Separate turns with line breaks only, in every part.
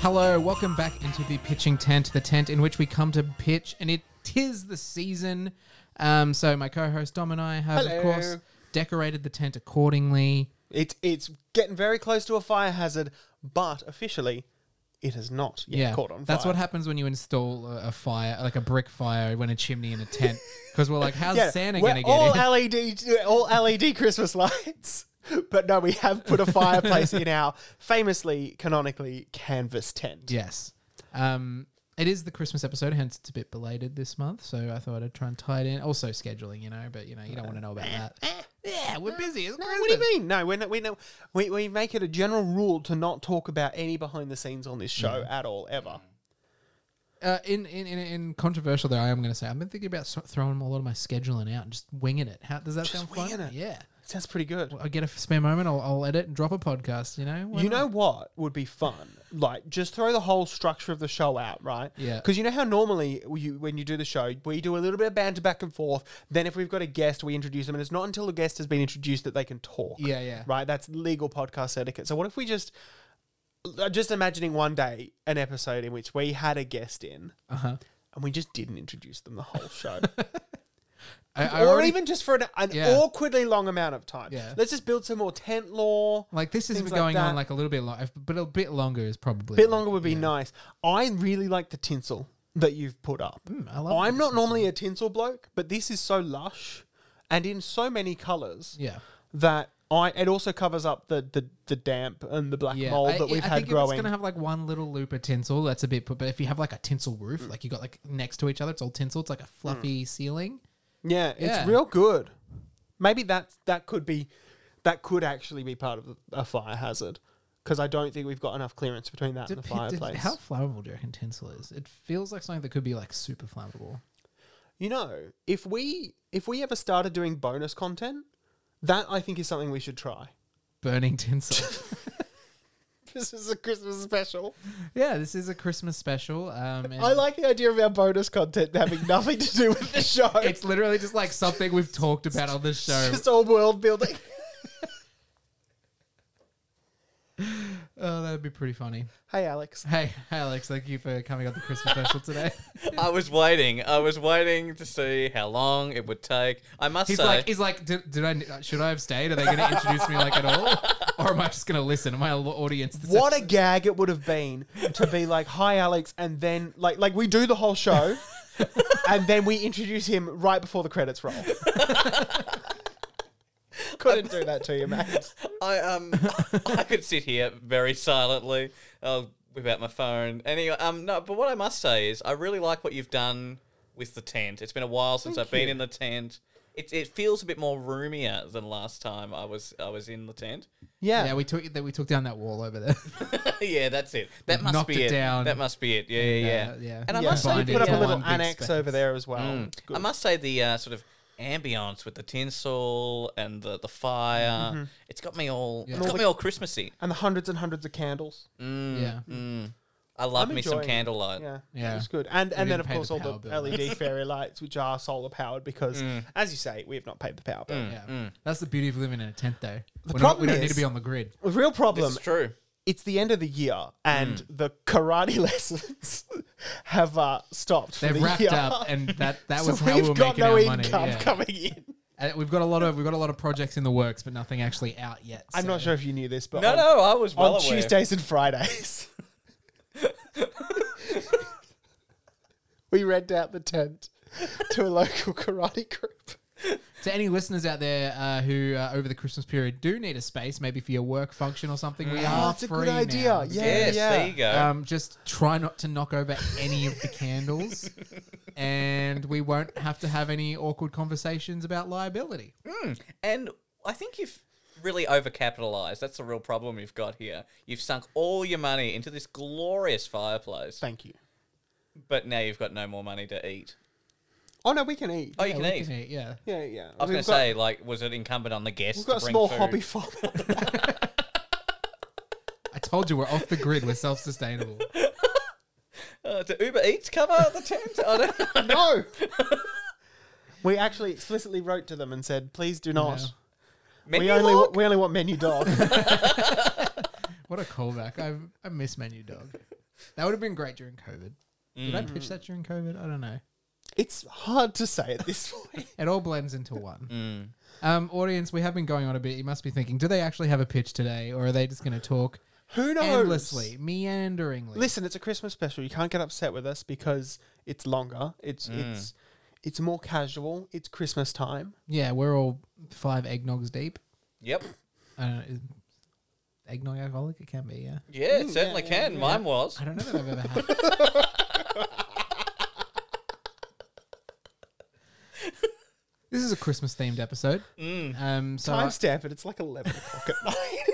Hello, welcome back into the pitching tent, the tent in which we come to pitch, and it tis the season. Um, so my co-host Dom and I have, of
Hello.
course, decorated the tent accordingly.
It, it's getting very close to a fire hazard, but officially, it has not yet
yeah,
caught on fire.
that's what happens when you install a, a fire, like a brick fire, when a chimney in a tent, because we're like, how's
Yeah,
Santa
we're
gonna get
all
in?
LED, all LED Christmas lights. But no, we have put a fireplace in our famously, canonically canvas tent.
yes. Um, it is the Christmas episode, hence it's a bit belated this month. So I thought I'd try and tie it in. Also scheduling, you know, but you know, you don't want to know about that. Yeah, we're busy. It's
Eh, No,
Christmas.
what do you mean? No, we're not, we, no we, we make it a general rule to not talk about any behind the scenes on this
Mm.
show at all, ever.
Uh, in, in in in controversial though, I am going to say I've been thinking about so- throwing a lot of my scheduling out and just winging it. How does that sound
winging
fun?
it.
Yeah,
Sounds pretty good.
I get a spare moment. I'll, I'll edit and drop a podcast. You know, Why
you
not?
know what would be fun? Like, just throw the whole structure of the show out, right?
Yeah.
Because you know how normally you, when you do the show, we do a little bit of banter back and forth. Then, if we've got a guest, we introduce them, and it's not until the guest has been introduced that they can talk.
Yeah, yeah.
Right? That's legal podcast etiquette. So, what if we just, uh, just imagining one day an episode in which we had a guest in,
Uh-huh.
and we just didn't introduce them the whole show,
I, I
or
already
even just for an, an
Yeah.
awkwardly long amount of time.
Yeah.
Let's just build some more tent law.
like this has been
things like
going on
that.
like a little bit long, but a bit longer is probably
bit longer would be nice. I really like the tinsel that you've put up.
Mm, Hmm, I love
I'm not normally a tinsel bloke, but this is so lush and in so many colours
Yeah,
that I it also covers up the, the, the damp and the black
yeah.
mold
I,
that we've
I
had
think if it's
growing.
gonna have like one little loop of tinsel, that's a bit. But if you have like a tinsel
Mm.
roof, like you got like next to each other, it's all tinsel. It's like a fluffy ceiling.
yeah, it's
Yeah.
real good. Maybe that that could be that could actually be part of a fire hazard because I don't think we've got enough clearance between that and the
Dep- dep-
fireplace.
How flammable do you reckon tinsel is? It feels like something that could be like super flammable.
You know, if we if we ever started doing bonus content, that I think is something we should try.
Burning tinsel.
This is a Christmas special.
Yeah, this is a Christmas special. Um, and
I like the idea of our bonus content having nothing to do with the show. It's
it's literally just like something we've talked about on this show.
just all world building.
Oh, that'd be pretty funny.
hey, Alex.
Hey, hey, Alex, thank you for coming on the Christmas special today.
I was waiting. I was waiting to see how long it would take. I must
He's
say,
like, he's like, did, did I should I have stayed? Are they going to introduce me like at all, or am I just going to listen? Am I an audience? This
What a gag it would have been to be like, "Hi, Alex," and then like like we do the whole show, and then we introduce him right before the credits roll. Couldn't do that to you, mate.
I um, I could sit here very silently uh, without my phone. Anyway, um, no, but what I must say is, I really like what you've done with the tent. It's been a while since I've been in the tent. It, it feels a bit more roomier than last time I was I was in the tent.
Yeah.
yeah, we took that we took down that wall over there.
yeah, that's it. That must
knocked
be
it
it.
down.
That must be it. Yeah, yeah, yeah.
uh, yeah.
And I
Yeah.
must say,
Combined
the,
put up
into
a
um,
little
one big
annex
space. Mm.
over there as well. It's
I
good.
must say the uh, sort of ambience with the tinsel and the, the fire, it's got me all it's got me all Christmassy.
and Mm-hmm. the hundreds and hundreds of candles.
yeah,
mm,
I love me some
enjoying it.
candlelight.
Yeah,
Uh, Yeah.
it's good. And
didn't
and then of
pay the
course all
power
the
bill, though. Mm.
LED fairy lights, which are solar powered, because as you say, we have not paid the power bill.
yeah. That's the beauty of living in a tent, though. We're not, we
mm. problem
don't need
is-
to be on the grid.
The real problem,
It's true.
it's the end of the year, and
Mm.
the karate lessons have uh, stopped. for
They've
the
wrapped
year.
up, and that that
so
was how
we've
we were
got
making
no
our
income
money. Yeah.
coming in.
And Uh, we've got a lot of we've got a lot of projects in the works, but nothing actually out yet.
I'm
so-
not sure if you knew this, but
No,
on,
no, I was well
on
aware.
Tuesdays and Fridays, we rent out the tent to a local karate group.
To any listeners out there uh, who uh, over the Christmas period do need a space, maybe for your work function or something, we are
Mm. that's a good
free now.
idea. Yeah,
Yes,
yeah.
there you go.
Um, just try not to knock over any of the candles, and we won't have to have any awkward conversations about liability.
and I think you've really overcapitalized. That's the real problem you've got here. You've sunk all your money into this glorious fireplace,
Thank you.
but now you've got no more money to eat.
Oh no, we can eat.
Oh, you
Yeah,
can
we
eat.
can eat, yeah.
Yeah, yeah.
I was going to say, like, was it incumbent on the guests?
we've got a
to bring
small
food?
hobby farm.
I told you we're off the grid. We're self-sustainable.
Uh, do Uber Eats cover the tent? I don't
no. we actually explicitly wrote to them and said, please do not.
Yeah.
Menu
We only wa-
log?
we only want menu dog.
What a callback! I I miss Menu Dog. That would have been great during COVID. Did I pitch that during COVID? I don't know.
It's hard to say at this point.
It all blends into one. Um, audience, we have been going on a bit. You must be thinking, do they actually have a pitch today, or are they just going to talk
Who knows?
endlessly, meanderingly?
Listen, it's a Christmas special. You can't get upset with us because it's longer. It's it's it's more casual. It's Christmas time.
Yeah, we're all five eggnogs deep.
Yep.
I don't know. Is eggnog alcoholic? It can be, yeah.
Yeah, it certainly can. Mine was.
I don't know that I've ever had. this is a Christmas themed episode. Um, so I-
Timestamp it. It's like eleven o'clock at night.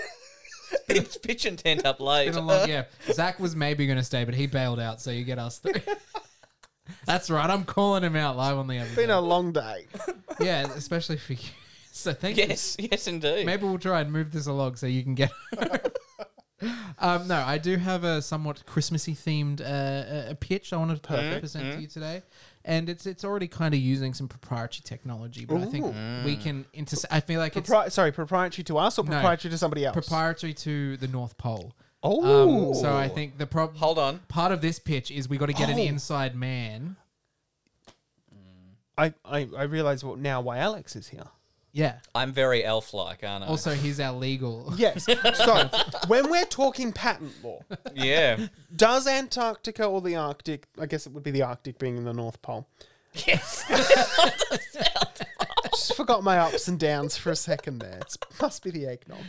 it's pitch and tent up late.
been a
uh,
long- yeah, Zach was maybe going to stay, but he bailed out, so you get us three. That's right. I'm calling him out live on the other.
Been
day.
a long day.
yeah, especially for you. So thank you.
Yes, yes, indeed.
Maybe we'll try and move this along so you can get. um, no, I do have a somewhat Christmassy themed uh, a- a pitch I wanted to
Mm-hmm,
present to you today, and it's it's already kind of using some proprietary technology, but I think we can interse- I feel like it's
Mm. Propri- sorry, proprietary to us or proprietary to somebody else?
proprietary to the North Pole.
oh,
Um, so I think the prob-
Hold on.
part of this pitch is we got to get an
Oh.
inside man.
I, I I realize what now why Alex is here.
Yeah.
I'm very elf like, aren't I?
Also, he's our legal.
Yes. So when we're talking patent law,
yeah.
does Antarctica or the Arctic? I guess it would be the Arctic being in the North Pole.
yes.
Just forgot my ups and downs for a second there. It must be the eggnog.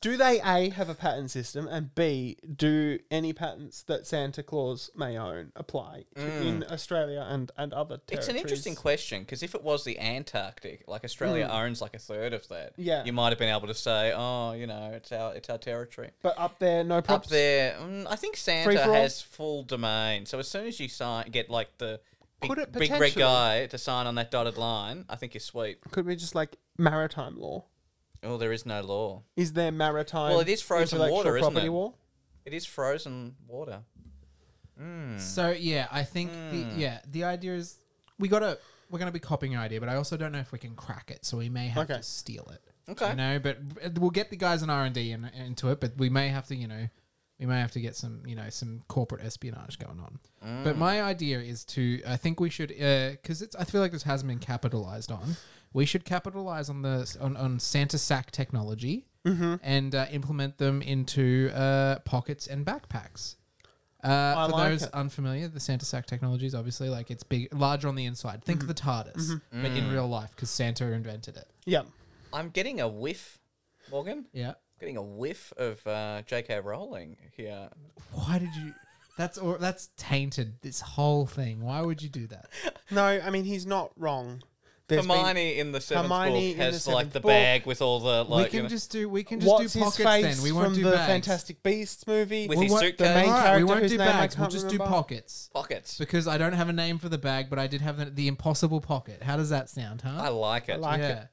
Do they A have a patent system and B do any patents that Santa Claus may own apply to- in Australia and, and other territories?
Mm. It's an interesting question because if it was the Antarctic, like Australia owns like a third of that.
Yeah.
You might have been able to say, oh, you know, it's our it's our territory.
But up there, no
Up
props.
there, mm, I think Santa
for all?
has full domain. So as soon as you sign, get like the
Could
big,
it
big red
potentially-
guy to sign on that dotted line. I think you're sweet.
Could be just like maritime law.
Oh, there is no law.
Is there maritime?
Well, it is frozen
intellectual
water, isn't
property
it?
law?
It is frozen water.
So yeah, I think the yeah the idea is we gotta we're gonna be copying your idea, but I also don't know if we can crack it, so we may have
Okay.
to steal it.
Okay.
you know, but we'll get the guys in R and D in- into it, but we may have to you know we may have to get some you know some corporate espionage going on. But my idea is to I think we should because it's I feel like this hasn't been capitalized on. We should capitalize on the on, on Santa sack technology and uh, implement them into uh, pockets and backpacks. Uh,
Oh, I
for
like
those
it.
unfamiliar, the Santa sack technology is obviously like it's big, larger on the inside. Think of the
Mm-hmm.
TARDIS, but in
Mm.
real life because Santa invented it.
Yeah.
I'm getting a whiff, Morgan.
Yeah.
Getting a whiff of uh, J.K. Rowling here.
Why did you? That's or that's tainted this whole thing. Why would you do that?
No, I mean he's not wrong. There's been-
Hermione in the seventh
Hermione
book
in the
has like
seventh
the
book.
bag with all the like
we can
uh,
you know,
just do. We can just
what's
do
his
pockets
face
then. We won't
from
do
the
bags.
Fantastic Beasts movie?
With
We
his
won't-
suitcase.
The main
All right, we
character
won't
whose
do
name I
bags. We'll
can't
just do
remember.
pockets
pockets.
because I don't have a name for the bag, but I did have the, the impossible pocket. How does that sound, huh?
I like it.
I like
yeah,
it.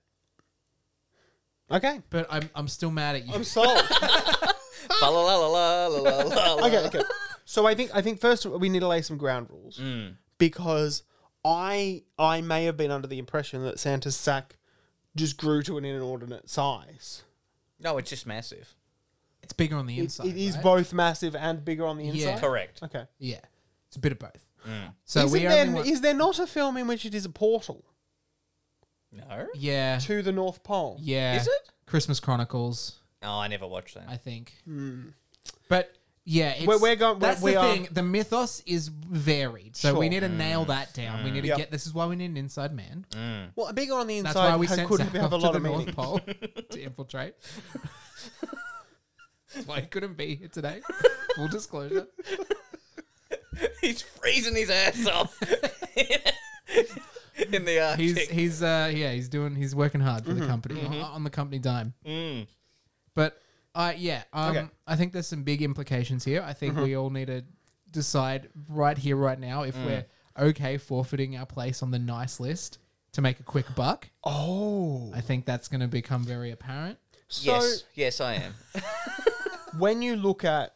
Okay.
but I'm I'm still mad at you.
I'm sold.
Fa la la la la la la la.
okay, okay. So I think I think first we need to lay some ground rules
Hmm.
because I I may have been under the impression that Santa's sack just grew to an inordinate size.
No, it's just massive.
It's bigger on the inside.
it is
right?
both massive and bigger on the inside.
Yeah.
Correct.
Okay.
Yeah, it's a bit of both.
Mm.
So
Isn't
we
there,
only want-
is there not a film in which it is a portal
No.
yeah,
to the North Pole?
yeah.
Is it?
Christmas Chronicles?
No, Oh, I never watched that.
I think. But yeah, it's,
Hmm. We're- we're going- we're-
That's
we
the
are-
thing. The mythos is varied, so we
Sure.
need to nail that down. We need to
Yep.
get. This is why we need an inside man.
Well, bigger on the
That's
inside
why we
ha-
sent
could
Zach
have a
off
lot
to
of
the
meaning.
North Pole to infiltrate. That's why he couldn't be here today. Full disclosure.
He's freezing his ass off in the Arctic.
He's he's uh yeah he's doing he's working hard
Mm-hmm.
for the company on, on the company dime.
Mm.
But uh, yeah, um,
Okay. Mm-hmm.
I think there's some big implications here. I think we all need to decide right here, right now,
Mm.
if we're okay forfeiting our place on the nice list to make a quick buck.
Oh.
I think that's going to become very apparent.
So
Yes, yes, I am.
when you look at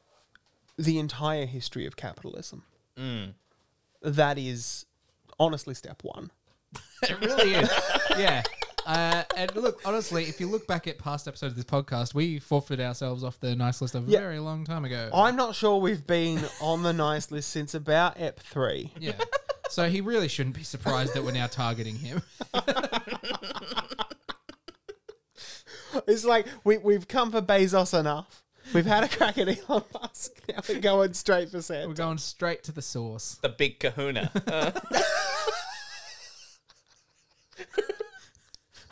the entire history of capitalism, that is honestly step one.
it really is. yeah. Uh, and look, honestly, if you look back at past episodes of this podcast, we forfeited ourselves off the nice list of a
Yeah.
very long time ago.
I'm not sure we've been on the nice list since about Ep 3.
yeah. So he really shouldn't be surprised that we're now targeting him.
It's like we, we've come for Bezos enough. We've had a crack at Elon Musk. Now we're going straight for
We're
Santa.
going straight to the source.
the big kahuna. Uh,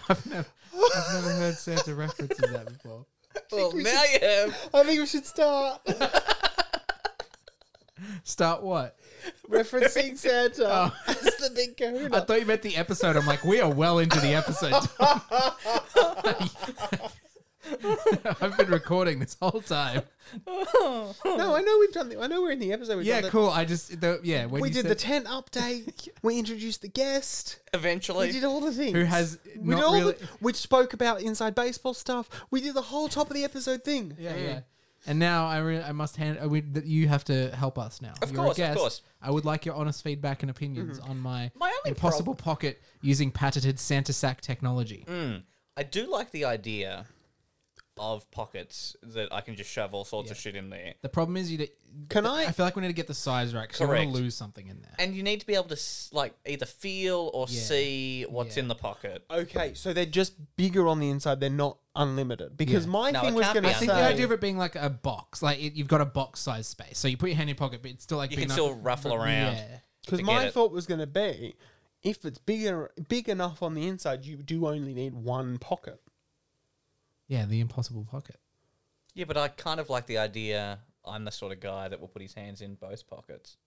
I've never, I've never heard Santa references that before.
well, now you have.
I think we should start
Start what?
referencing Santa as the big
Oh. I
kahuna.
thought you meant the episode. I'm like, we are well into the episode. I've been recording this whole time.
No, I know we've done. The, I know we're in the episode. We've
Yeah,
done the-
cool. I just, the, yeah, when
We
you
did
said-
the tent update. we introduced the guest.
Eventually,
We did all the things.
who has
We,
not
did all
really.
the, we spoke about inside baseball stuff. We did the whole top of the episode thing.
yeah,
Mm.
yeah. And now I, re- I must hand. I would, that you have to help us now. Of
course, of course. Mm-hmm.
I would like your honest feedback and opinions on my,
My only
impossible pocket using patented Santa sack technology.
Mm. I do like the idea of pockets that I can just shove all sorts of shit in there.
The problem is you. d-
Can I?
I feel like we need to get the size right because I want
Correct.
to lose something in there.
And you need to be able to s- like either feel or see what's in the pocket.
Okay, so they're just bigger on the inside. They're not unlimited. Because
Yeah.
my
No,
thing
it
was
can't
going
be
to
I
say.
think the idea of it being like a box, like it, you've got a box size space, so you put your hand in your pocket, but it's still like
You
big
can
enough-
still ruffle around.
Yeah.
Because
to
my
get it.
thought was going to be, if it's bigger, big enough on the inside, you do only need one pocket.
yeah, the impossible pocket.
Yeah, but I kind of like the idea. I'm the sort of guy that will put his hands in both pockets.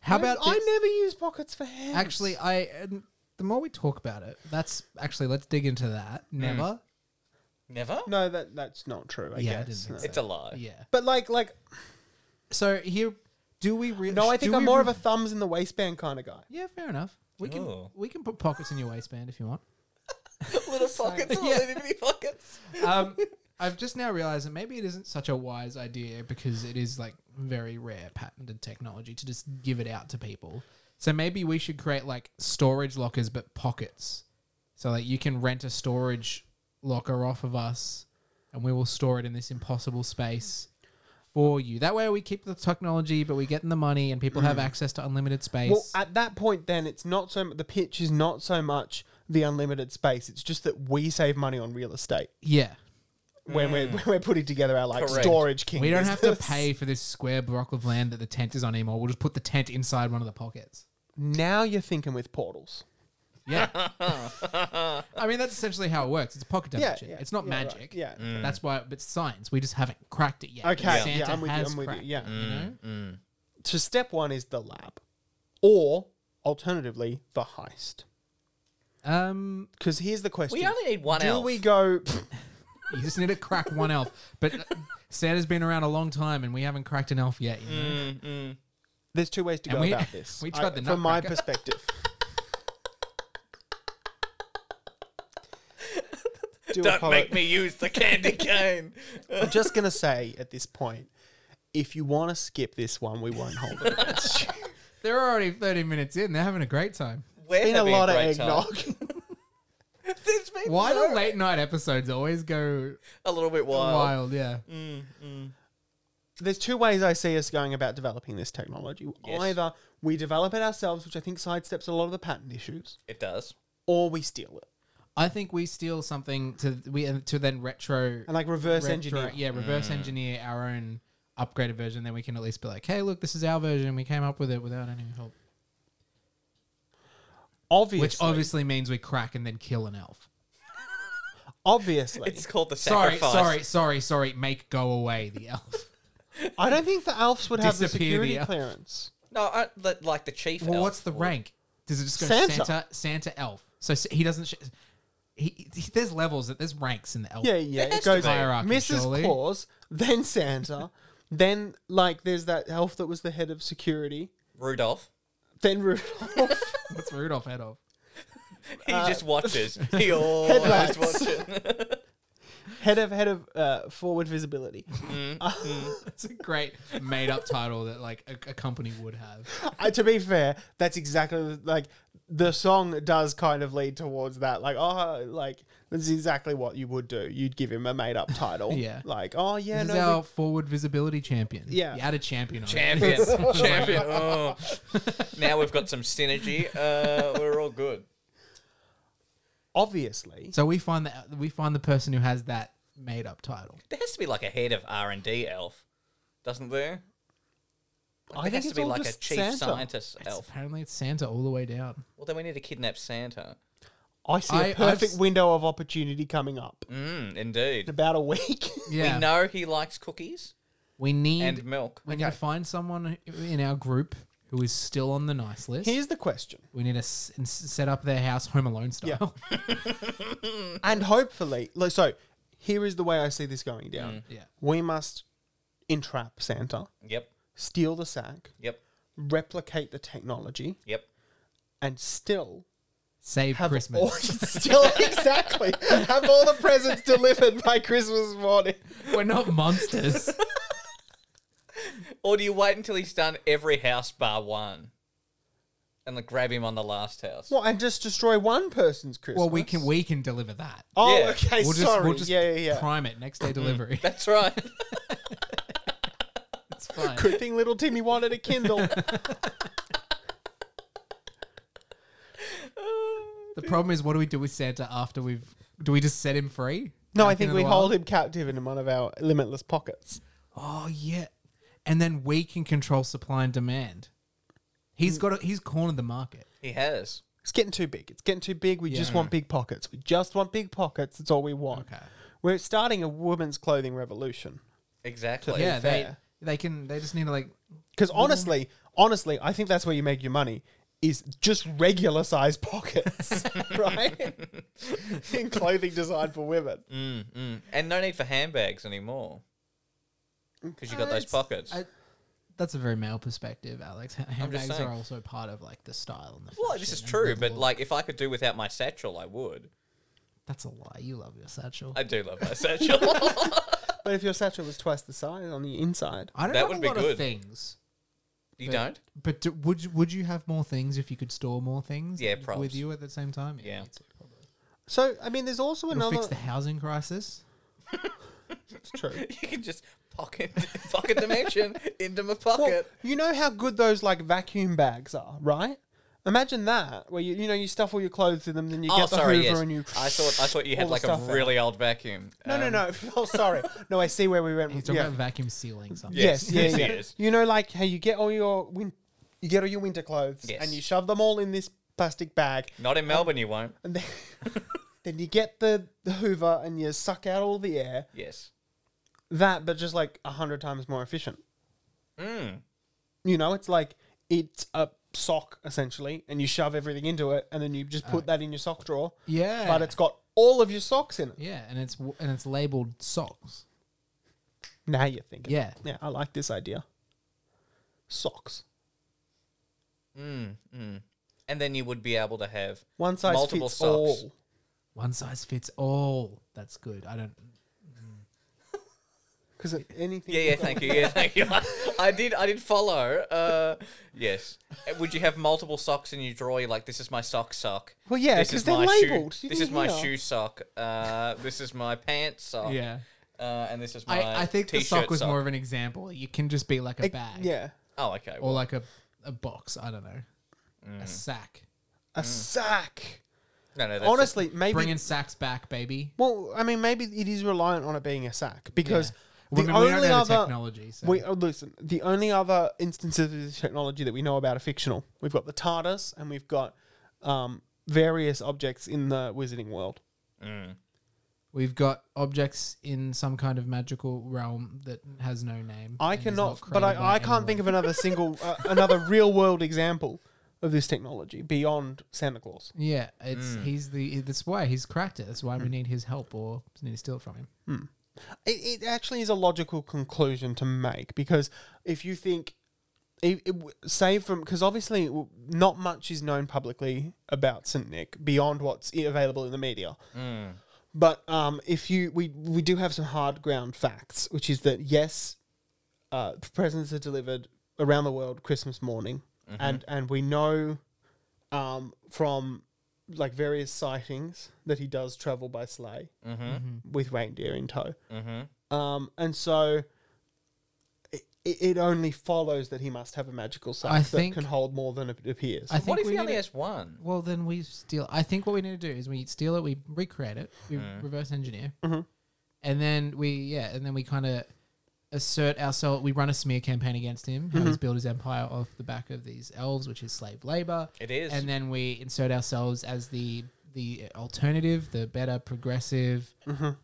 How
I-
about
I
this?
never use pockets for hands.
actually? I and the more we talk about it, that's actually let's dig into that.
Mm.
Never.
Never.
no, that that's not true. I
Yeah, I didn't
guess.
think
No.
so.
It's a lie.
Yeah.
But like, like
So here, do we really?
no, I think I'm more of a thumbs in the waistband kind of guy.
Yeah, fair enough. We can
Ooh.
we can put pockets in your waistband if you want.
little pockets,
Yeah.
little itty bitty pockets.
Um, I've just now realized that maybe it isn't such a wise idea because it is like very rare patented technology to just give it out to people. So maybe we should create like storage lockers but pockets. So like you can rent a storage locker off of us and we will store it in this impossible space for you. That way we keep the technology but we get in the money and people have access to unlimited space.
Mm. Well, at that point, then it's not so. mu- The pitch is not so much the unlimited space. It's just that we save money on real estate
yeah.
when we're when we're putting together our like
Correct.
storage king.
Mm. We don't have to
business.
pay for this square block of land that the tent is on anymore. We'll just put the tent inside one of the pockets.
Now you're thinking with portals.
Yeah. I mean, that's essentially how it works. It's pocket
Yeah,
dimension.
yeah,
it's not
yeah, right,
magic. Mm.
yeah.
That's why, but science. We just haven't cracked it yet.
Okay,
But
yeah, I'm with you,
has
I'm with you,
cracked Mm.
yeah.
it, You know?
So step one is the lab, or alternatively the heist.
Um,
Because here's the question:
We only need one
Do
elf.
we go?
you just need to crack one elf. But uh, Santa's been around a long time, and we haven't cracked an elf yet. You know?
Mm. There's two ways to
And
go
we-
about this.
we tried the
from my
nutcracker.
perspective. Do
Don't
apolo-
make me use the candy cane.
I'm just gonna say at this point, if you want to skip this one, we won't hold it against you.
They're already 30 minutes in. They're having a great time.
We're
Been a
having
lot of
great time.
eggnog.
There's been
Why
no-
do late night episodes always go
a little bit wild?
wild? Yeah.
There's two ways I see us going about developing this technology.
Yes.
Either we develop it ourselves, which I think sidesteps a lot of the patent issues,
It does.
or we steal it
I think we steal something to we uh, to then retro
and like reverse engineer.
retro-
it.
Yeah, reverse
Mm.
engineer our own upgraded version. Then we can at least be like, hey, look, this is our version. We came up with it without any help.
Obviously,
Which obviously means we crack and then kill an elf.
obviously,
It's called the
Sorry,
sacrifice.
sorry, sorry, sorry. Make go away the elf.
I don't think the elves would have the
Disappear the
security
elf.
clearance.
No, I, the, like the chief.
well,
elf
what's the
would.
rank? Does it just go Santa
Santa.
Santa, elf? So s- he doesn't. Sh- he, he- there's levels that there's ranks in the elf.
Yeah, yeah,
has
it
to
goes
be.
Hierarchy,
Mrs.
surely.
Claus, then Santa, then like there's that elf that was the head of security,
Rudolph.
then Rudolph.
What's Rudolph head of?
He just watches. He always
headlights.
watches.
head of head of uh, forward visibility.
It's a great made up title that like a, a company would have.
Uh, to be fair, that's exactly like the song does kind of lead towards that. Like, oh, like this is exactly what you would do. You'd give him a made up title.
Yeah.
Like, oh yeah,
This
no,
is
we-
our forward visibility champion.
Yeah.
You add a champion on it.
Champion, champion. Oh. Now we've got some synergy. Uh, we're all good.
obviously.
So we find that we find the person who has that made up title.
There has to be like a head of R and D elf, doesn't there?
I
there
think
has
it's
to be
all
like a
just
chief
Santa.
scientist
It's-
elf.
apparently it's Santa all the way down.
Well, then we need to kidnap Santa.
I see a
I- I've
perfect
s-
window of opportunity coming up
Mm,
in
indeed.
about a week.
Yeah.
We know he likes cookies
We need
and milk.
we need to find someone in our group who is still on the nice list.
Here's the question,
we need to s- and s- set up their house Home Alone style.
and hopefully, like, so here is the way I see this going down.
Yeah.
We must entrap Santa,
Yep,
steal the sack,
yep,
replicate the technology,
yep.
and still
Save
have
Christmas.
all still exactly have all the presents delivered by Christmas morning.
We're not monsters.
Or do you wait until he's done every house bar one, and then grab him on the last house?
What and just destroy one person's Christmas?
well, we can we can deliver that.
Oh,
Yeah.
okay.
We'll just
sorry.
we'll just
yeah, yeah, yeah.
prime it next day delivery.
That's right.
That's fine.
Good thing little Timmy wanted a Kindle.
The problem is, what do we do with Santa after we've? Do we just set him free?
No,
Out
I think
into
we
the wild?
hold him captive in one of our limitless pockets.
Oh yeah, and then we can control supply and demand. He's
Mm.
got. A, he's cornered the market.
he has.
It's getting too big. It's getting too big. We just
Yeah.
want big pockets. We just want big pockets. That's all we want.
Okay.
We're starting a women's clothing revolution.
Exactly.
yeah, they
fair.
they can. They just need to like.
Because honestly, honestly, I think that's where you make your money is just regular sized pockets, right? In clothing designed for women.
And no need for handbags anymore. Because you got those pockets.
I- that's a very male perspective, Alex. Ha- Handbags
saying.
are also part of like the style and the.
well, this
fashion
is
and
true,
the
but
look.
like if I could do without my satchel, I would.
that's a lie. You love your satchel.
I do love my satchel.
But if your satchel was twice the size on the inside,
I don't
that
have
would
a
be
lot
good.
of things.
you don't?
But do, would you- would you have more things if you could store more things?
Yeah,
with
props.
you at the same time.
Yeah.
me too, probably.
so I mean, there's also
It'll
another.
fix the housing crisis.
It's true.
You can just pocket pocket dimension into my
Well,
pocket.
you know how good those like vacuum bags are, right? Imagine that, where you you know you stuff all your clothes in them, then you
oh,
get the
sorry.
Hoover
Yes.
and you.
I thought I thought you had
all the
like a
stuff out.
really old vacuum. Um,
No, no, no. Oh, sorry. No, I see where we went.
He's
With,
talking
yeah.
about vacuum sealing something.
Yes, yes,
Yes,
yeah,
yes,
yeah.
yes.
You know, like how you get all your win- you get all your winter clothes,
Yes.
and you shove them all in this plastic bag,
Not in Melbourne, you won't.
and then, then you get the, the Hoover and you suck out all the air.
Yes.
That, but just like a hundred times more efficient.
Mm.
You know, it's like it's a sock essentially, and you shove everything into it, and then you just put that in your sock drawer.
Yeah.
But it's got all of your socks in it.
Yeah, and it's w- and it's labeled socks.
Now you're thinking.
Yeah.
Yeah, I like this idea. Socks.
Mm. Mm. And then you would be able to have
One size
Multiple
fits
socks.
all.
One size fits all. That's good. I don't.
Because anything.
Yeah, yeah, thank you. Yeah, thank you. I did, I did follow. Uh, yes. Uh, Would you have multiple socks in your drawer? You're Like this is my sock sock.
Well, yeah,
This
'cause
is
they're
my
labelled.
Shoe,
You
this
didn't
is my
hear.
shoe sock. Uh, this is my pants sock. Uh, and this is my.
I, I think the
t-shirt
sock was more of an example. You can just be like a
Like,
bag,
Yeah.
Oh, okay.
or like a, a box. I don't know, a sack. Mm.
A sack.
no, no. That's
Honestly, maybe.
Bringing sacks back, baby.
well, I mean, maybe it is reliant on it being a sack because
We-
the
we don't know
only
the
other.
technology. So.
We, oh, listen, the only other instances of this technology that we know about are fictional. We've got the TARDIS and we've got um, various objects in the Wizarding World.
We've got objects in some kind of magical realm that has no name.
I
and is
cannot,
not
but
created
I,
by
I can't think
anyone.
of another single, uh, another real world example of this technology beyond Santa Claus.
Yeah, it's he's the that's why he's cracked it. That's why we need his help or need to steal it from him.
It, it actually is a logical conclusion to make because if you think, it, it, w- save from, because obviously w- not much is known publicly about St. Nick beyond what's i- available in the media. But um, if you, we, we do have some hard ground facts, which is that yes, uh, presents are delivered around the world Christmas morning, and and we know um, from like various sightings that he does travel by sleigh with reindeer in tow. Mm-hmm. Um, and so it, it only follows that he must have a magical sack
I
that
think-
can hold more than it appears.
I think
What if
we
he
need
only
to-
has one?
Well, then we steal. I think what we need to do is we steal it, we recreate it, we reverse engineer, and then we yeah, and then we kind of assert ourselves. We run a smear campaign against him. how He's built his empire off the back of these elves, which is slave labor.
It is.
and then we insert ourselves as the the alternative, the better, progressive,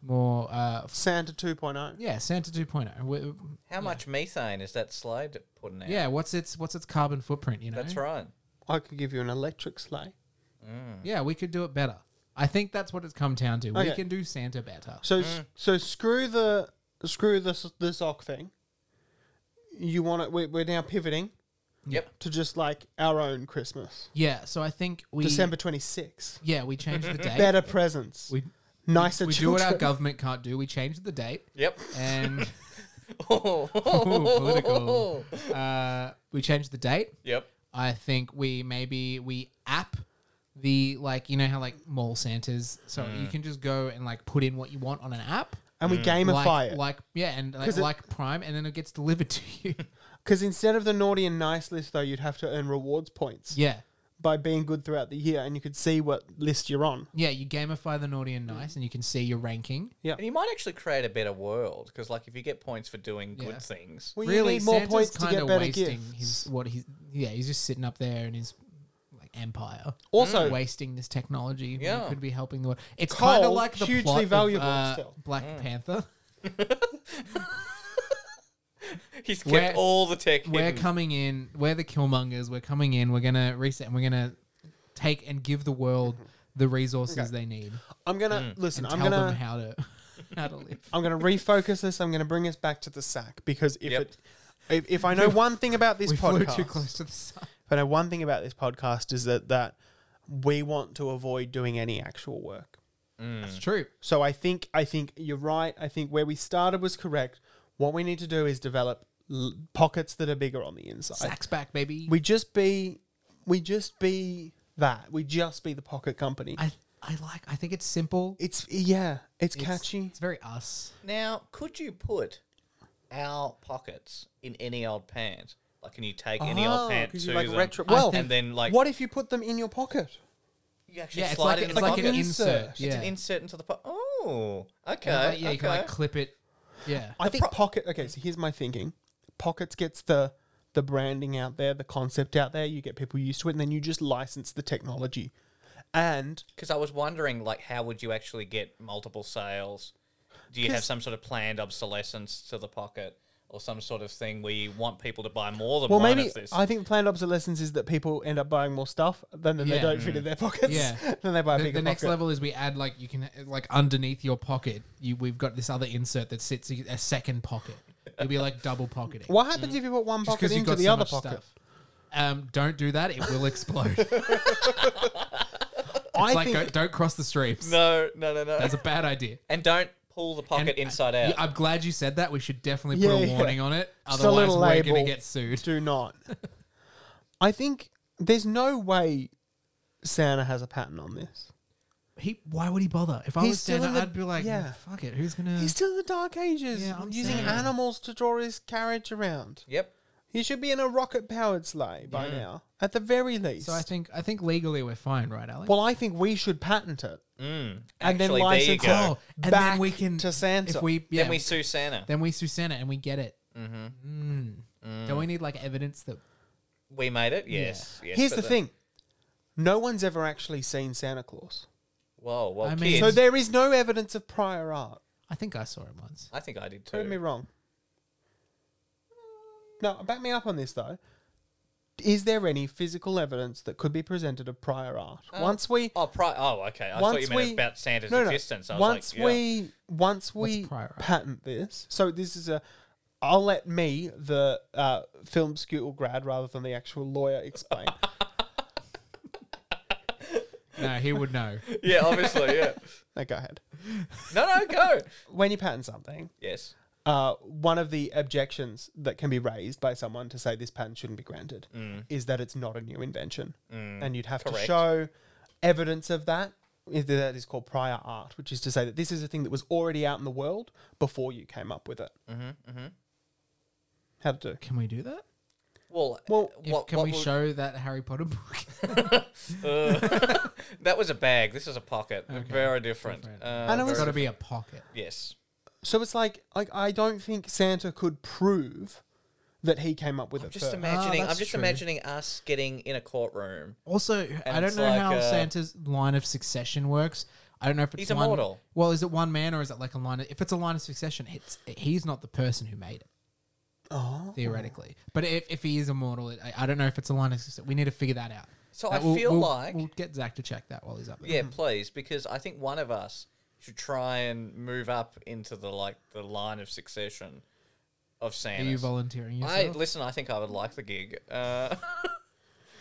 more uh, f-
Santa oh. 2.0.
yeah, Santa oh. 2.0. We-
How much methane is that slide putting out?
Yeah, what's its what's its carbon footprint? You know,
That's right.
I could give you an electric sleigh.
Yeah, we could do it better. I think that's what it's come down to. We
Okay.
can do Santa better.
So s- so screw the screw the s- the sock thing. You want it? We're, we're now pivoting
Yep.
to just like our own Christmas,
Yeah, so I think we
December twenty sixth.
Yeah, we changed the date.
Better presents,
We
nicer
we do
children.
what our government can't do. We changed the date
Yep.
and
Oh,
political. uh, we changed the date.
Yep.
I think we maybe we app the like you know how like mall Santas, so you can just go and like put in what you want on an app.
and we
Like,
gamify it. 'Cause it
like yeah, and like,
'Cause it-
like Prime, and then it gets delivered to you.
because instead of the naughty and nice list, though, you'd have to earn rewards points
yeah,
by being good throughout the year, and you could see what list you're on.
yeah. You gamify the naughty and nice, and you can see your ranking.
And you might actually create a better world because, like, if you get points for doing good
Yeah.
things,
Well,
really,
you need more
Santa's
points to
kinda
get better
wasting
gifts.
His, what he's yeah, he's just sitting up there in his like empire, Mm.
Also-
wasting this technology. Yeah,
Yeah.
could be helping the world. It's
Coal,
kind of like the
hugely
plot
valuable
of, uh,
still. Mm.
Black Panther.
he's kept
Where-
all the tech
We're
hidden.
coming in. We're the Killmongers. We're coming in. We're gonna reset. and We're gonna take and give the world the resources they need
I'm gonna listen.
Mm, and
I'm
tell
gonna
them how to how to live.
I'm gonna refocus this. I'm gonna bring us back to the sack because if
Yep.
it if, if I know one thing about this
We flew
podcast,
too close to the sun.
But now one thing about this podcast is that that we want to avoid doing any actual work.
That's true.
So I think I think you're right. I think where we started was correct. What we need to do is develop l- pockets that are bigger on the inside.
Sacks back, baby.
We just be we just be that. We just be the pocket company.
I I like. I think it's simple.
it's yeah, it's, catchy.
It's very us.
Now, could you put our pockets in any old pant? Like, can you take any
Oh,
old pant
'cause
to
you like
them?
retro-
I
well,
think-
and then like
what if you put them in your pocket?
you actually
Yeah, it's
slide
like,
it
a-
in
it's
the
like
pocket?
an insert. Yeah.
It's an insert into the pocket. Oh, okay.
And like, yeah,
okay.
you can like clip it. Yeah.
I think pocket. Okay, so here's my thinking. Pockets gets the the branding out there, the concept out there. You get people used to it, and then you just license the technology. And
Because I was wondering, like, how would you actually get multiple sales? Do you have
'Cause-
some sort of planned obsolescence to the pocket, or some sort of thing where you want people to buy more than
well,
one
maybe
of this?
I think planned obsolescence is that people end up buying more stuff than, than they
Yeah.
don't fit in their pockets.
Yeah.
then they buy a
the,
bigger
the next
pocket.
level is we add like you can like underneath your pocket. You we've got this other insert that sits a second pocket. You'll be like double pocketing
What happens if you put one pocket
Mm. you've
into
got
the
so
other
much
pocket?
stuff. Um, don't do that; it will explode. it's
I
like
think
go, don't cross the streams.
no, no, no, no.
That's a bad idea.
and don't pull the pocket
And,
inside
uh,
out.
yeah, I'm glad you said that. We should definitely put
Yeah,
a
yeah.
warning on it.
Just a
Otherwise,
little
we're gonna
label.
get sued.
do not. I think there's no way Santa has a pattern on this.
He, why would he bother? If I
He's
was
still
Santa,
in the-
I'd be like,
yeah.
fuck it. Who's gonna?
He's still in the dark ages,
Yeah, I'm
using
saying.
animals to draw his carriage around.
Yep.
He should be in a rocket powered sleigh by now, at the very least.
so I think I think legally we're fine, right, Alex?
well, I think we should patent it and then
Mm. Actually, there you
license
go.
it
Oh, and
back
then we can
to Santa.
If we, yeah,
Then we sue Santa.
then we sue Santa and we get it. Mm-hmm. Don't
Mm.
we need like evidence that?
we made it. Yes. yes
Here's
but
the thing: no one's ever actually seen Santa Claus,
Whoa, well,
I mean-
kids.
so there is no evidence of prior art.
I think I saw him once.
I think I did too.
Prove me wrong. No, back me up on this though. Is there any physical evidence that could be presented of prior art?
Uh,
Once we
Oh, pri- oh, okay. I thought you
once
meant
we
about Santa's
no, no.
existence. I was
once
like, yeah.
we once we
prior art?
patent this, so this is a. I'll let me the uh, film school grad rather than the actual lawyer explain.
No, he would know.
yeah, obviously, yeah.
no, go ahead.
No, no, go.
When you patent something,
Yes.
uh, one of the objections that can be raised by someone to say this patent shouldn't be granted is that it's not a new invention, and you'd have to
Correct.
show evidence of that. If That is called prior art, which is to say that this is a thing that was already out in the world before you came up with it. Mm-hmm, How to do?
Can we do that?
Well, uh,
Well,
If,
what,
can
what
we
would-
show that Harry Potter book?
Uh, that was a bag. This is a pocket. They're
Okay.
Very different.
Different.
Uh,
And I
it's
was-
very-
got to be a pocket.
yes.
So it's like, like I don't think Santa could prove that he came up with it.
Just
first.
imagining. I'm
Ah, that's
just
true.
imagining us getting in a courtroom.
Also, I
it's
don't know
like,
how
uh,
Santa's line of succession works. I don't know if it's
He's
one,
immortal.
Well, is it one man or is it like a line? Of, if it's a line of succession, it's he's not the person who made it
oh,
theoretically. But if, if he is immortal, it, I, I don't know if it's a line of succession. We need to figure that out.
So
That
I
we'll-
feel
we'll-
like-
we'll get Zach to check that while he's up there.
Yeah, please, because I think one of us should try and move up into the like the line of succession of
Are you
Santa.
volunteering
I
yourself?
listen. I think I would like the gig. Uh,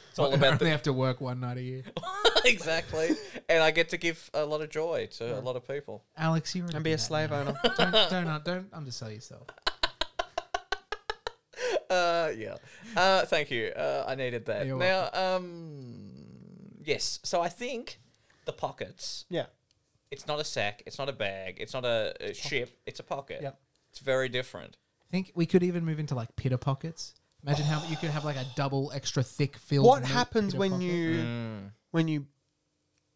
it's all
Well,
about
they
the
have to work one night a year.
exactly, and I get to give a lot of joy to a lot of people.
Alex, you're
and be a slave owner.
Don't, don't don't undersell yourself.
Uh, yeah. Uh, thank you. Uh, I needed that.
You're
now, um, yes. So I think the pockets.
yeah.
It's not a sack. It's not a bag. It's not a, a ship. It's a pocket.
Yep.
It's very different.
I think we could even move into like pitter pockets. Imagine how you could have like a double extra thick filled.
What
milk
happens
pita
when
pocket. Mm.
you when you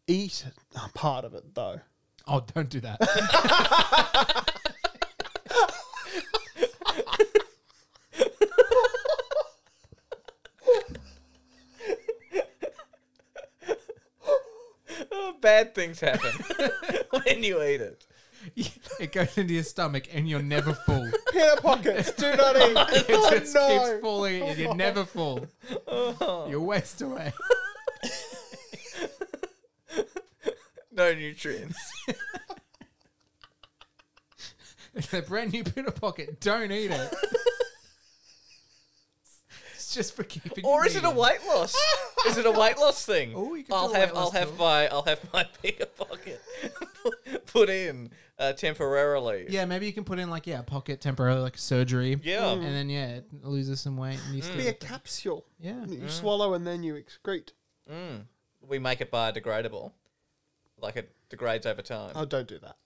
eat a part of it though?
Oh, don't do that.
Oh, bad things happen when you eat it.
it goes into your stomach and you're never full.
Peanut pockets, do not eat.
It just
no.
keeps falling and you're never full. You're waist away.
No nutrients.
It's a brand new pitter pocket. Don't eat it. It's just for keeping.
Or
you
is it a
vegan.
weight loss? Is it a weight loss thing?
Oh, you could
I'll
do a
have
weight
I'll
loss
have
too.
my I'll have my bigger pocket put in uh, temporarily.
Yeah, maybe you can put in like yeah, a pocket temporarily, like surgery.
Yeah.
and then yeah, it loses some weight and you
Be a
still.
capsule.
Yeah. Mm.
that You swallow and then you excrete.
We make it biodegradable. Like it degrades over time.
Oh, don't do that.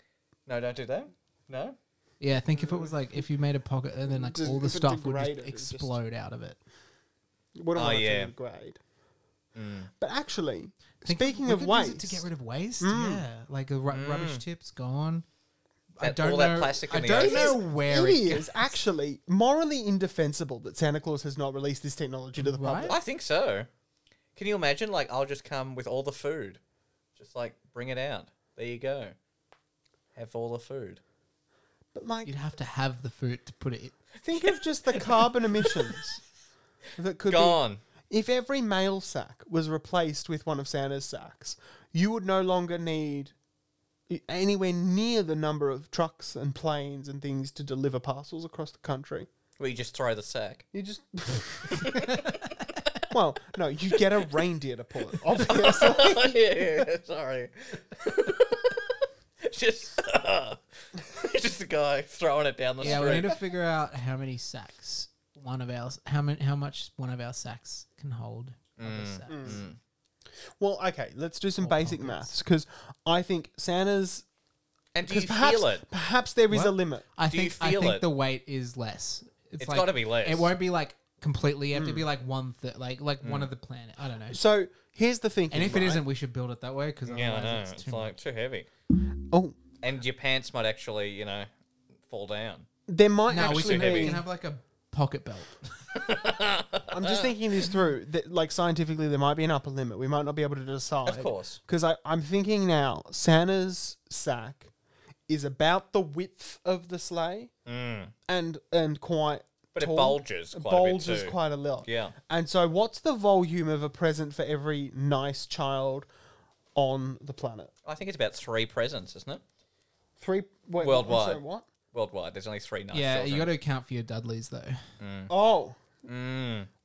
No, don't do that. No.
Yeah, I think if it was like if you made a pocket and then like
Just-
all the
if it
stuff would
degraded,
just
it would just-
explode out of it.
You wouldn't
Oh,
want it
yeah.
to degrade. But actually,
I Mm. think
speaking
we
of
could use
waste, Mm.
it to get rid of waste, yeah, like a ru- rubbish tip's gone. I
That-
don't
all
know.
that plastic in
I
the
don't
ocean.
know
It
where
it
it,
is actually morally indefensible that Santa Claus has not released this technology to the
Right?
public.
I think so. Can you imagine? Like I'll just come with all the food. Just like bring it out. There you go. Have all the food.
But like,
You'd have to have the food to put it.
think of just the carbon emissions that could be
Gone.
If every mail sack was replaced with one of Santa's sacks, you would no longer need anywhere near the number of trucks and planes and things to deliver parcels across the country.
We just throw the sack.
You just. well, no, you get a reindeer to pull it, obviously.
yeah, yeah, yeah, sorry. just, uh, just a guy throwing it down the
Yeah, we
street.
need to figure out how many sacks one of our how many how much one of our sacks can hold. other
Mm,
sacks.
Mm. well, okay, let's do
Oh,
some
Or
basic
pockets.
maths because I think Santa's.
and do you
Because perhaps,
feel it?
perhaps there is a
What?
limit.
I
Do you
think I
feel
think
it?
the weight is less. It's,
It's
like,
gotta be less.
It won't be like completely. You have to
Mm.
be like one third, like like one
Mm.
of the planet. I don't know.
So here's the thinking.
And if
right?
it isn't, we should build it that way because
Yeah, I know.
otherwise it's
It's,
too much.
like too heavy.
Oh,
And your pants might actually, you know, fall down.
there might
No, we
actually
can,
be.
we can have like a pocket belt.
I'm
Uh.
just thinking this through. That, like scientifically, there might be an upper limit. We might not be able to decide.
Of course.
Because I'm thinking now, Santa's sack is about the width of the sleigh, and and quite.
Mm. But it
tall.
bulges quite
bulges
a bit too.
quite a lot.
Yeah.
And so, what's the volume of a present for every nice child on the planet?
I think it's about three presents, isn't it?
Three wait,
Worldwide.
So what?
Worldwide. There's only three nice
yeah, you
children.
got to account for your Dudleys though.
Mm.
Oh,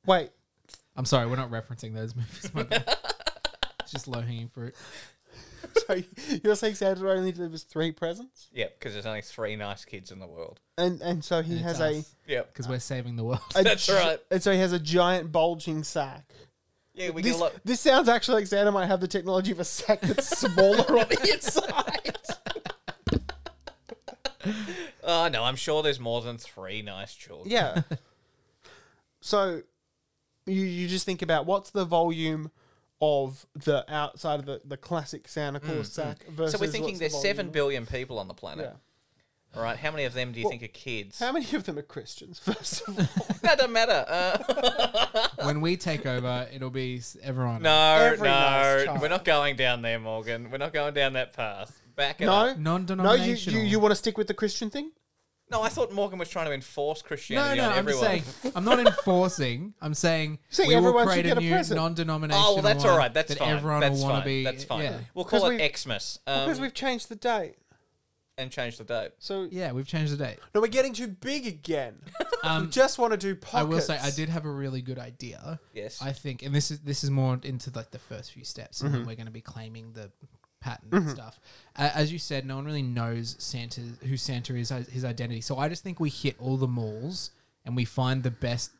wait.
I'm sorry, we're not referencing those movies. my bad. it's just low hanging fruit.
so you're saying Santa only delivers three presents,
Yeah, because there's only three nice kids in the world.
and and so he
And it's
has a,
us.
Yep.
because we're saving the world.
a
That's
gi-
right.
and so he has a giant bulging sack.
Yeah, we
This,
can look.
this sounds actually like Santa might have the technology of a sack that's smaller on the inside.
Oh no, I'm sure there's more than three nice children.
Yeah. so you you just think about what's the volume of the outside of the, the classic Santa Claus sack versus
Mm, So we're thinking
what's the
there's
volume
seven
of-
billion people on the planet.
Yeah.
All right, how many of them do you
Well,
think are kids?
How many of them are Christians? First of all,
that doesn't matter. Uh,
when we take over, it'll be s- everyone.
no,
Every
no,
nice child.
we're not going down there, Morgan. We're not going down that path. Back it
no,
up.
no. You you,
Non-denominational.
you want to stick with the Christian thing?
No, I thought Morgan was trying to enforce
No,
Christianity
no,
on
I'm just
everyone.
saying. I'm not enforcing. I'm saying
Saying
we will
everyone should
create a
get a
new
present.
non-denominational.
Oh well, that's
one
all right. That's
that
fine.
Everyone
that's
will want
fine.
to be.
that's fine.
Yeah.
We'll call
Because
it
we've-
Xmas
Because
um,
we've changed the date.
and change the date.
So
yeah, we've changed the date.
no, we're getting too big again. we
Um,
just want to do pockets.
I will say I did have a really good idea.
Yes.
I think, and this is this is more into like the first few steps, and then we're going to be claiming the patent and stuff. A as you said, no one really knows Santa who Santa is, his his identity. So I just think we hit all the malls and we find the best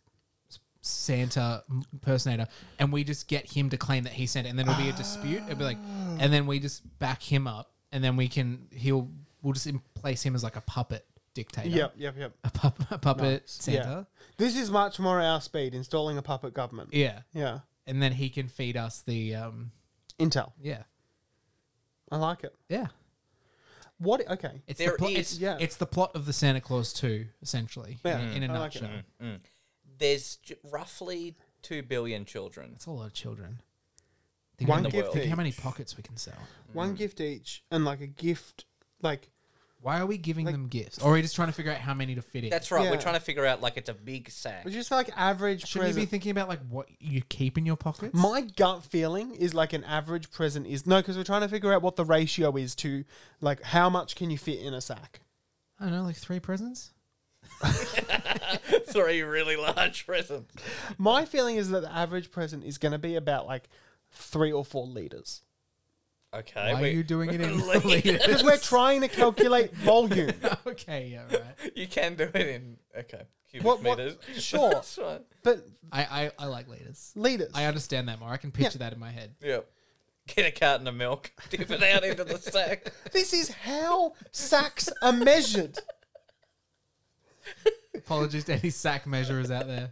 Santa impersonator, and we just get him to claim that he's Santa, and then it'll be a dispute. It'll be like, and then we just back him up, and then we can he'll we'll just in- place him as like a puppet dictator.
Yep, yep, yep.
A, pup- a puppet Santa.
Yeah. This is much more our speed. Installing a puppet government.
Yeah.
yeah.
And then he can feed us the um
Intel.
yeah.
I like it.
Yeah.
What? Okay.
It's
There
the plot
is-
it's,
yeah.
it's the plot of the Santa Claus 2 essentially
Yeah,
in, in a
I like it. Mm.
nutshell.
There's j- roughly two billion children.
That's a lot of children. Think,
One
how, many-
gift
think how
each.
many pockets we can sell. Mm.
One gift each, and like a gift, like
Why are we giving them gifts? Or are we just trying to figure out how many to fit in?
That's right.
Yeah.
We're trying to figure out like it's a big sack.
just like average
Shouldn't you be
present.
thinking about like what you keep in your pockets?
My gut feeling is like an average present is no, because we're trying to figure out what the ratio is to like how much can you fit in a sack.
I don't know, like three presents?
Three really large presents.
My feeling is that the average present is going to be about like three or four liters
Okay.
Why
we-
are you doing it in
because we're trying to calculate volume.
Okay, yeah, right.
You can do it in okay cubic
What- what-
meters.
sure.
That's right.
But
I, I, I like liters.
liters,
I understand that more. I can picture that in my head.
Yep. Get a carton of milk, dip it out into the sack.
this is how sacks are measured.
Apologies to any sack measurers out there.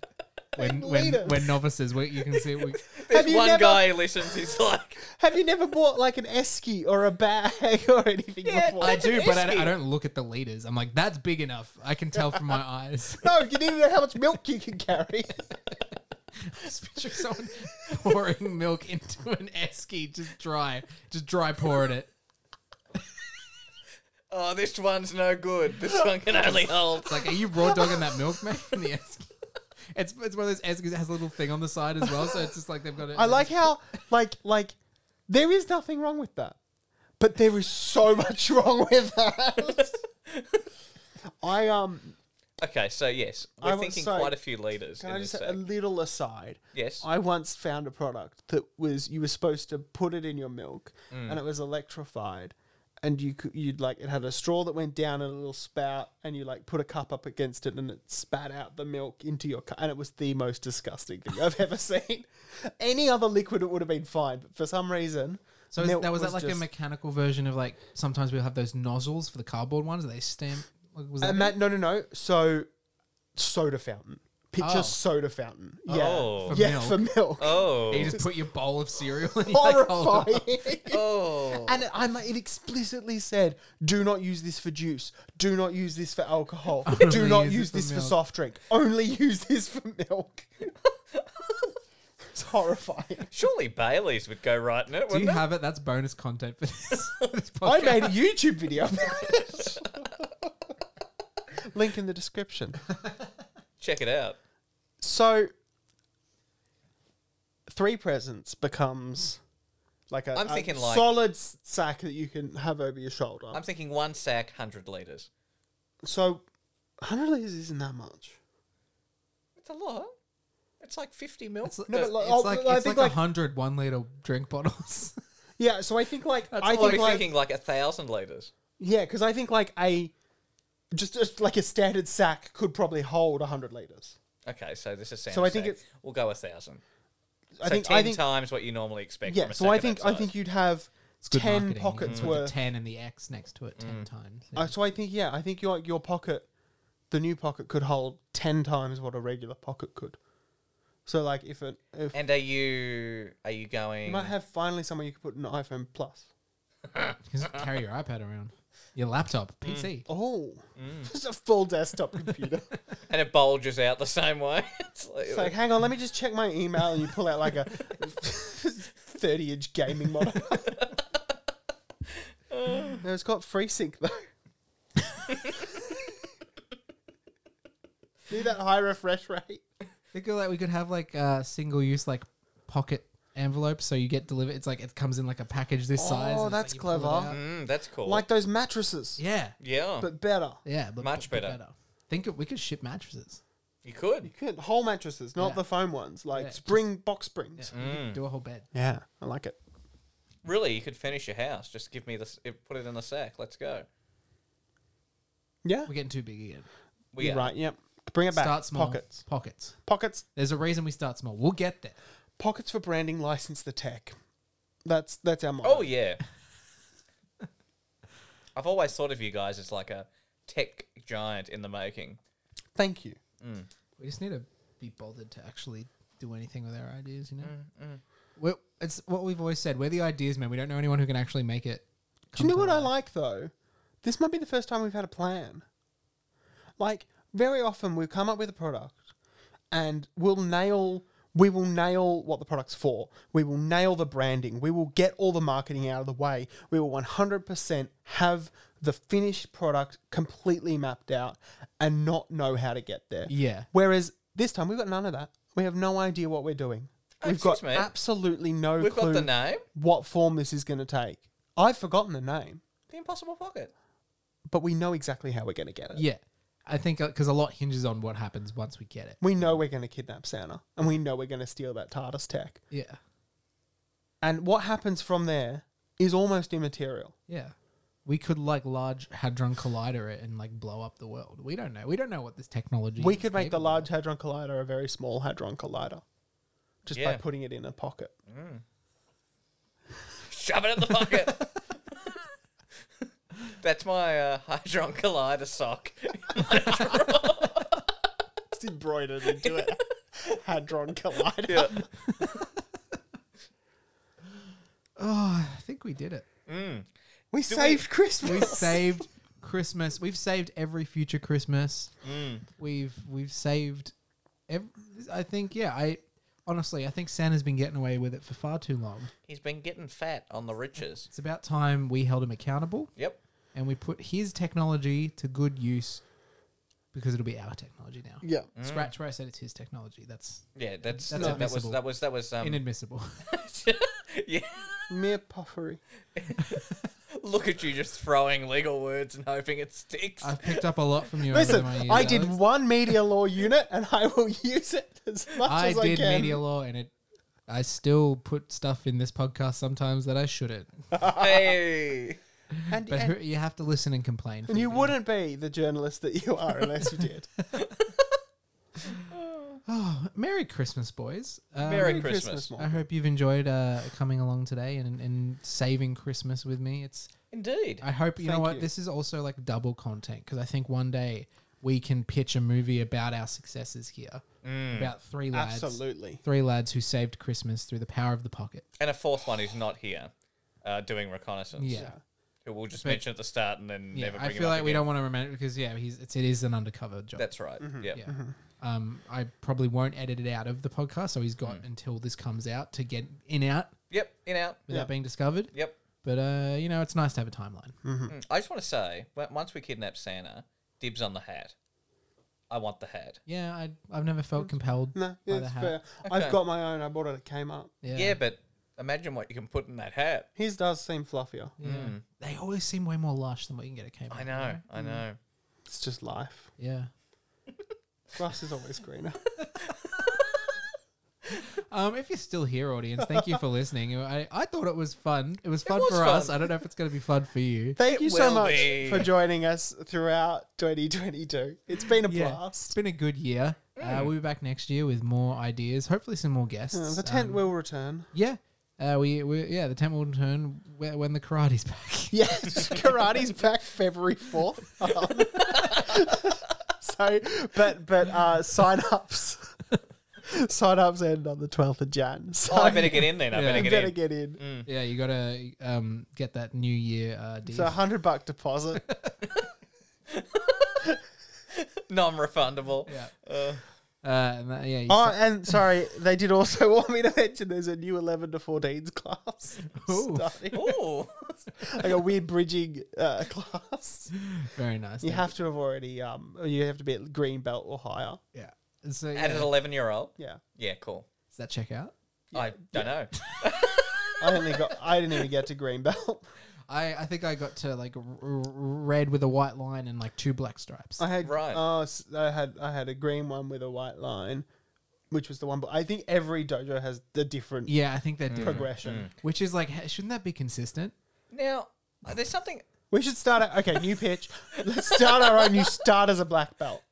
When
Like
when,
liters.
when novices, we, you can see we,
There's
you
one
never-
guy who listens. He's like,
Have you never bought like an esky or a bag or anything
Yeah,
before?
I
That's
do,
an
but I,
esky.
I don't look at the liters. I'm like, that's big enough. I can tell from my eyes.
No, you need to know how much milk you can carry.
Just picture someone pouring milk into an esky, just dry, just dry pouring it.
"Oh, this one's no good. This one can only hold."
It's like, are you raw dogging that milk, mate, from the esky? It's, it's one of those eskies that has a little thing on the side as well, so it's just like they've got it.
I like how like like there is nothing wrong with that. But there is so much wrong with that. I um
Okay, so yes,
I
we're
was
thinking
saying-
quite a few liters
can
in
I
this
just
sack.
a little aside.
yes.
I once found a product that was you were supposed to put it in your milk
Mm.
and it was electrified and you could you'd like it had a straw that went down and a little spout and you like put a cup up against it and it spat out the milk into your cup and it was the most disgusting thing I've ever seen. Any other liquid it would have been fine, but for some reason
So is,
milk
that was, that like a
just-
mechanical version of like sometimes we'll have those nozzles for the cardboard ones that they stamp. like, Was that
And that, no, no, no. So, soda fountain. Picture
Oh.
soda fountain. Yeah.
Oh. For
yeah,
milk.
for milk.
oh.
you just put your bowl of cereal in your bowl.
Horrifying.
oh.
and it, I'm, it explicitly said, do not use this for juice. Do not use this for alcohol. do
Only
not
use it
use
for
this for
milk."
soft drink. Only use this for milk. it's horrifying.
Surely Bailey's would go right in it,
Do
wouldn't
you
it?
have it? That's bonus content for this, this
I
podcast.
made a YouTube video about it. Link in the description.
Check it out.
So three presents becomes like a,
I'm
a
thinking like-
solid s- sack that you can have over your shoulder.
I'm thinking one sack, hundred liters.
so 100 liters isn't that much.
It's a lot. It's like fifty mil.
It's,
No, but
it's
like- oh,
like,
I
it's
think
like
like-
a hundred one liter drink bottles.
Yeah, so I think like I
I'll
think
be
like
thinking like a thousand liters.
yeah, because I think like a just, just like a standard sack could probably hold hundred liters.
Okay, so this is Sam's
So I think
saying.
it's-
we'll go a thousand.
I
So
think
ten
I think
times what you normally expect.
yeah.
from a
So I
sack of
think
that
I
size.
think you'd have
Good Mm.
ten
marketing,
pockets
you put the
worth.
ten and the X next to it ten times. Yeah.
Uh, so I think yeah, I think your your pocket, the new pocket could hold ten times what a regular pocket could. So like if it if
And are you are you going?
you might have finally somewhere you could put an iPhone Plus.
You can carry your iPad around, your laptop, PC.
Oh,
Mm.
just a full desktop computer.
and it bulges out the same way. it's like,
It's like, hang on, let me just check my email, and you pull out like a thirty-inch gaming monitor. no, it's got FreeSync though. Need that high refresh rate.
Think of like we could have like uh, single use like pocket envelopes, so you get delivered. It's like it comes in like a package this size. and
Oh,
it's like
that's
you pull it
clever.
out.
mm, that's cool.
Like those mattresses,
Yeah,
yeah,
but better.
yeah, but,
Much
but- but
better.
Think of, we could ship mattresses.
you could.
Good. Whole mattresses, not
Yeah.
the foam ones, like
Yeah,
spring box springs.
We could do a whole bed.
Yeah. I like it.
Really, you could finish your house. Just give me this. Put it in the sack. Let's go.
Yeah,
We're getting too big again.
We
You're
are.
right. Yep, bring it back.
Start small.
Pockets,
Pockets.
pockets,
There's a reason we start small. We'll get there.
pockets for branding. License the tech. That's that's our motto.
Oh yeah. I've always thought of you guys as like a tech giant in the making.
Thank you.
We just need to be bothered to actually do anything with our ideas. You know, We're, it's what we've always said. We're the ideas man. We don't know anyone who can actually make it.
Do you know
come
what
to
I
life.
like though? This might be the first time we've had a plan. Like very often we come up with a product and we'll nail we will nail what the product's for. We will nail the branding. We will get all the marketing out of the way. We will 100% have the finished product completely mapped out and not know how to get there.
Yeah.
Whereas this time we've got none of that. We have no idea what we're doing. We've
Oh, excuse
got
me.
absolutely no
We've
clue
got the name,
what form this is going to take. I've forgotten the name,
the Impossible Pocket.
but we know exactly how we're going to get it.
Yeah, I think because a lot hinges on what happens once we get it.
We know we're going to kidnap Santa, and we know we're going to steal that TARDIS tech.
Yeah,
And what happens from there is almost immaterial.
yeah. We could like large hadron collider it and like blow up the world. We don't know. We don't know what this technology.
We
is
could make the
capable of.
Large Hadron Collider a very small Hadron Collider just by
Yeah.
putting it in a pocket.
Shove it in the pocket. That's my uh, Hydron Collider sock.
It's embroidered into a Hadron Collider.
Oh, I think we did it.
We saved Christmas.
We saved Christmas. We've saved every future Christmas.
Mm.
We've we've saved. Ev- I think yeah. I honestly I think Santa's been getting away with it for far too long.
He's been getting fat on the riches.
It's about time we held him accountable
Yep.
and we put his technology to good use because it'll be our technology now.
yeah.
Scratch where I said it's his technology. That's
Yeah,
That's
that's, that, that was
admissible.
that was that was um,
inadmissible.
yeah.
Mere puffery.
Look at you just throwing legal words and hoping it sticks.
I've picked up a lot from you. over
Listen,
my years,
I did
Alex.
one media law unit, and I will use it as much
I
as I
did
can.
media law, and it. I still put stuff in this podcast sometimes that I shouldn't.
hey.
And,
But
and,
who- you have to listen and complain.
and you wouldn't be the journalist that you are unless you did.
Oh, Merry Christmas, boys! Um,
Merry Christmas.
I hope you've enjoyed uh, coming along today and, and saving Christmas with me. It's
Indeed.
I hope you know
Thank
what
you.
this is also like double content because I think one day we can pitch a movie about our successes here
Mm.
about three lads,
Absolutely.
three lads who saved Christmas through the power of the pocket.
And a fourth one who's not here, uh, doing reconnaissance.
Yeah,
Who we'll just mention at the start and then
yeah.
never bring
I
him
feel
up
like we
again.
don't want to remember it because yeah, he's it's, it is an undercover job.
That's right. Mm-hmm. Yeah.
yeah. Um, I probably won't edit it out of the podcast, so he's got
Mm.
until this comes out to get in out
Yep. In out.
without
Yeah. Hmm.
being discovered.
Yep.
But uh, you know, it's nice to have a timeline.
Mm. I just want to say, w- once we kidnap Santa, dibs on the hat. I want the hat.
Yeah, I, I've never felt compelled.
No,
by the
it's
hat.
fair.
Okay.
I've got my own. I bought it at Kmart.
Yeah,
Yeah. but imagine what you can put in that hat.
His does seem fluffier.
yeah. They always seem way more lush than what you can get at Kmart.
I know.
Mm.
I know.
It's just life.
Yeah.
Grass is always greener.
Um, if you're still here, audience, thank you for listening. I, I thought it was fun. It was fun
was
for
fun.
us. I don't know if it's going to be fun for you.
Thank
It
you so
will
much
be.
for joining us throughout 2022. It's been a
Yeah. It's
blast.
been a good year. Uh, we'll be back next year with more ideas. Hopefully, some more guests.
Uh, Hmm. the tent
Um,
will return.
yeah. Uh, we, we yeah the tent will return whe- when the karate's back.
Yes, karate's back February fourth. Um, so, but but uh, sign ups, sign ups end on the twelfth of Jan. So
Oh, I better get in then. I
Yeah.
better
you
get
better
in.
get in.
yeah, you gotta um get that New Year uh, deal.
It's
Mm-hmm.
a hundred buck deposit.
Non-refundable.
yeah.
Uh,
Uh, and that, yeah. You
oh,
start-
and sorry, they did also want me to mention there's a new eleven to fourteens class
Ooh.
starting,
ooh.
like a weird bridging uh, class.
very nice.
You
thank
have to have already um, you have to be at green belt or higher.
you. Yeah. So yeah.
At an
does
eleven-year-old.
Yeah,
Yeah, cool.
that check out?
I don't know.
I only got I didn't even get to green belt.
I, I think I got to like r- r- red with a white line and like two black stripes.
I had
Right.
Oh, s- I had I had a green one with a white line, which was the one. But I think every dojo has the different
yeah, I think they're different.
progression.
Mm.
Which is like, h- shouldn't that be consistent?
Now, uh, there's something.
We should start. Our, okay, new pitch. Let's start our own. You start as a black belt.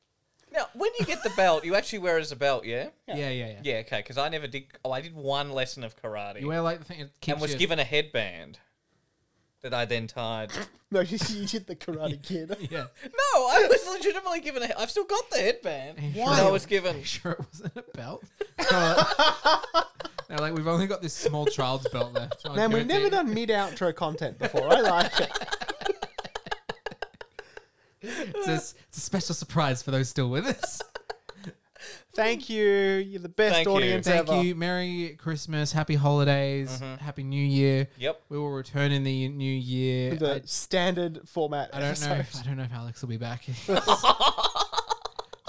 Now, when you get the belt, you actually wear it as a belt, yeah?
Yeah, yeah, yeah.
Yeah, okay. Because I never did. Oh, I did one lesson of karate
You wear like the thing it keeps
and was
you-
given a headband that I then tied.
No, you, you did the Karate Kid.
Yeah.
no, I was legitimately given. A, I've still got the headband.
Why?
that I was given.
Are you sure it wasn't a belt? They're like, we've only got this small child's belt left. Oh,
Man,
go
we've never
deep.
done mid outro content before. I like it.
It's a, s- it's a special surprise for those still with us.
Thank you. You're the best
Thank you.
audience
Thank
ever.
you. Merry Christmas. Happy holidays. Happy New Year.
Yep.
We will return in the new year.
The
I-
standard format.
I don't know.
episode.
If, I don't know if Alex will be back.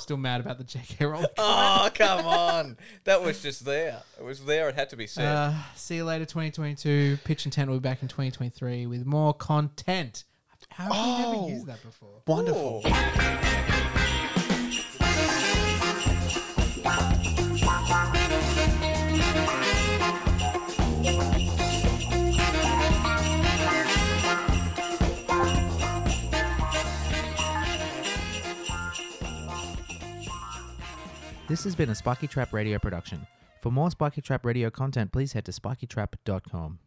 Still mad about the J.K. Rowling.
Oh, come on. That was just there. It was there. It had to be said.
Uh, see you later, 2022. Pitch and Tent will be back in 2023 with more content. How have we
Oh.
never used that before?
Wonderful.
Ooh.
This has been a Spiky Trap Radio production. For more Spiky Trap Radio content, please head to spikytrap.com.